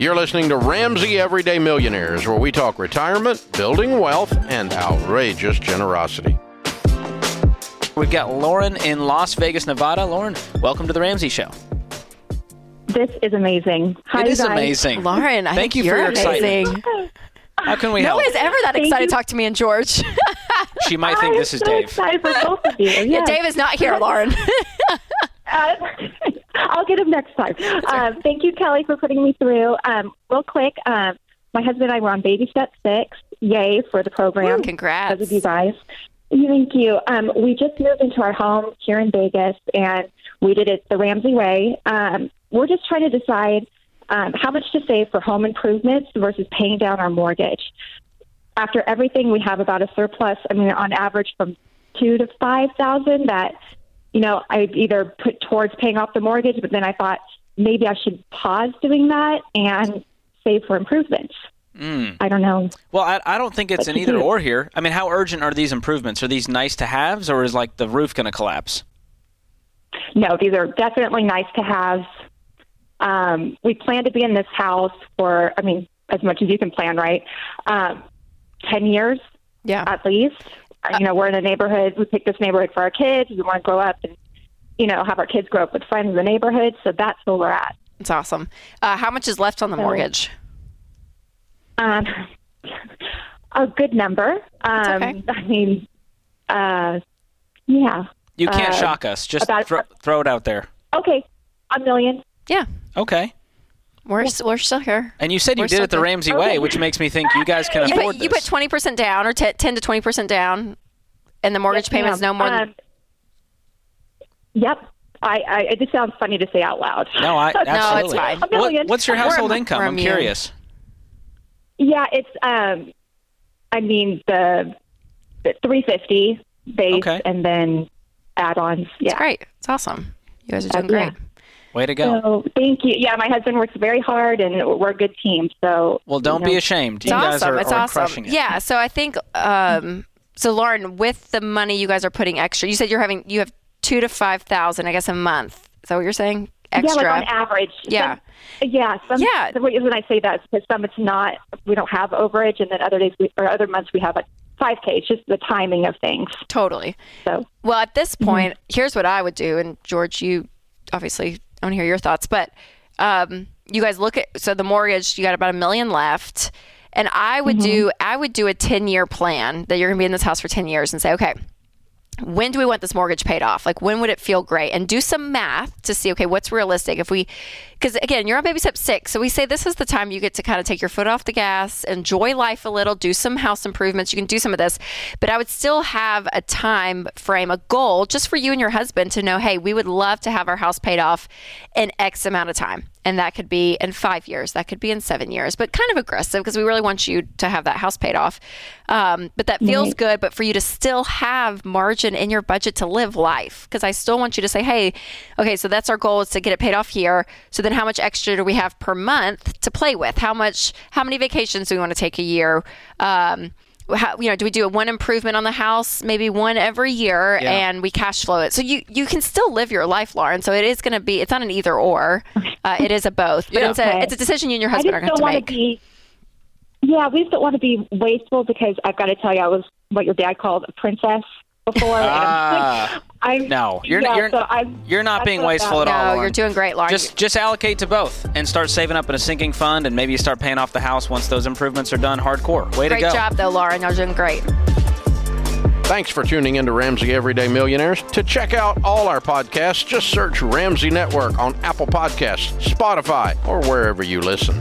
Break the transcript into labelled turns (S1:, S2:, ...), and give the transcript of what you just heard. S1: You're listening to Ramsey Everyday Millionaires, where we talk retirement, building wealth, and outrageous generosity.
S2: We've got Lauren in Las Vegas, Nevada. Lauren, welcome to the Ramsey Show.
S3: This is amazing. Hi,
S2: it is
S3: guys.
S2: amazing.
S4: Lauren, I
S2: Thank
S4: think
S2: you for
S4: you're
S2: your excitement.
S4: amazing.
S2: How can we
S4: No
S2: help?
S4: one is ever that
S3: Thank
S4: excited
S3: you.
S4: to talk to me and George.
S2: she might think
S3: I'm
S2: this is
S3: so
S2: Dave.
S3: excited for both of you.
S4: Yeah,
S3: Yes.
S4: Dave is not here, Lauren.
S3: Uh, I'll get him next time. Um, thank you, Kelly, for putting me through. Um, real quick, um, my husband and I were on baby step six. Yay for the program.
S4: Woo, congrats.
S3: Because of you guys. Thank you. Um, we just moved into our home here in Vegas, and we did it the Ramsey way. Um, we're just trying to decide um, how much to save for home improvements versus paying down our mortgage. After everything, we have about a surplus. I mean, on average, from two to five thousand that you know I either put towards paying off the mortgage, but then I thought maybe I should pause doing that and save for improvements. I don't know.
S2: Well, I, I don't think it's an either or here. I mean, how urgent are these improvements? Are these nice to haves, or is like the roof going to collapse?
S3: No, these are definitely nice to have. Um, we plan to be in this house for, I mean, as much as you can plan, right? Um, 10 years
S4: yeah.
S3: at least. Uh, you know, we're in a neighborhood, we picked this neighborhood for our kids. We want to grow up and, you know, have our kids grow up with friends in the neighborhood. So that's where we're at.
S4: It's awesome. Uh, how much is left on the mortgage?
S3: Um, a good number. Um,
S4: okay.
S3: I mean, uh, yeah.
S2: You can't
S3: Uh,
S2: shock us. Just
S3: about-
S2: thro- throw it out there.
S3: Okay, a million.
S4: Yeah.
S2: Okay.
S4: We're, s- we're still here.
S2: And you said you
S4: We're
S2: did it the
S4: something-
S2: Ramsey way, which makes me think you guys can
S4: You
S2: afford
S4: put,
S2: this.
S4: you put 20% down or t- 10 to 20% down, and the mortgage payment is no more than.
S3: Um, yep. I, I, it just sounds funny to say out loud.
S2: no, I
S3: it's
S2: absolutely.
S4: fine.
S3: A million.
S2: What, what's your
S3: We're
S2: household
S4: im-
S2: income?
S4: we're
S2: I'm
S4: immune.
S2: curious.
S3: Yeah, it's um, I mean the, the 350 base
S2: Okay.
S3: and then add-ons.
S4: It's
S3: Yeah.
S4: great. It's awesome. You guys are doing
S3: Uh, yeah.
S4: great.
S2: Way to go.
S3: So thank you. Yeah, my husband works very hard, and we're a good team. So
S2: well, don't
S3: you
S2: be
S3: know,
S2: ashamed. You
S4: It's
S2: guys
S4: awesome.
S2: are,
S4: it's
S2: are
S4: awesome.
S2: crushing it.
S4: Yeah. So I think um, so. Lauren, with the money you guys are putting extra, you said you're having you have two to five thousand, I guess, a month. Is that what you're saying?
S3: Yeah,
S4: Extra.
S3: like on average.
S4: Yeah.
S3: Some, yeah. Some,
S4: Yeah.
S3: The reason I say that is because some it's not. We don't have overage, and then other days we, or other months we have like 5K. It's just the timing of things.
S4: totally.
S3: So
S4: Well, at this point, here's what I would do. And George, you obviously I want to hear your thoughts, but um, you guys look at so the mortgage. You got about a million left, and I would do I would do a ten year plan that you're going to be in this house for ten years, and say, okay, when do we want this mortgage paid off? Like, when would it feel great? And do some math to see, okay, what's realistic? If we, because again, you're on baby step six. So we say this is the time you get to kind of take your foot off the gas, enjoy life a little, do some house improvements. You can do some of this, but I would still have a time frame, a goal just for you and your husband to know, hey, we would love to have our house paid off in X amount of time. And that could be in five years, that could be in seven years, but kind of aggressive because we really want you to have that house paid off. Um, but that feels good, but for you to still have margin in your budget to live life, because I still want you to say, hey, okay, so that's our goal is to get it paid off here. So then how much extra do we have per month to play with? How much, how many vacations do we want to take a year? Um, how, you know, do we do a one improvement on the house, maybe one every year, and we cash flow it? So you you can still live your life, Lauren. So it is going to be it's not an either or, uh, it is a both. But it's a
S3: Okay.
S4: it's a decision you and your
S3: I
S4: husband are
S3: just don't
S4: going
S3: want
S4: to make.
S3: to be. Yeah, we just don't want to be wasteful because I've got to tell you, I was what your dad called a princess before. and I'm
S2: Ah.
S3: like, I'm,
S2: No, you're-
S3: yeah,
S2: you're-
S3: so I'm,
S2: You're not
S3: I
S2: being
S3: feel
S2: wasteful
S3: bad.
S2: at all.
S4: no,
S2: Lauren.
S4: you're doing great, Lauren.
S2: Just just allocate to both and start saving up in a sinking fund and maybe start paying off the house once those improvements are done hardcore. Way
S4: great
S2: to go.
S4: job though, Lauren. You're doing great.
S1: Thanks for tuning in to Ramsey Everyday Millionaires. To check out all our podcasts, just search Ramsey Network on Apple Podcasts, Spotify, or wherever you listen.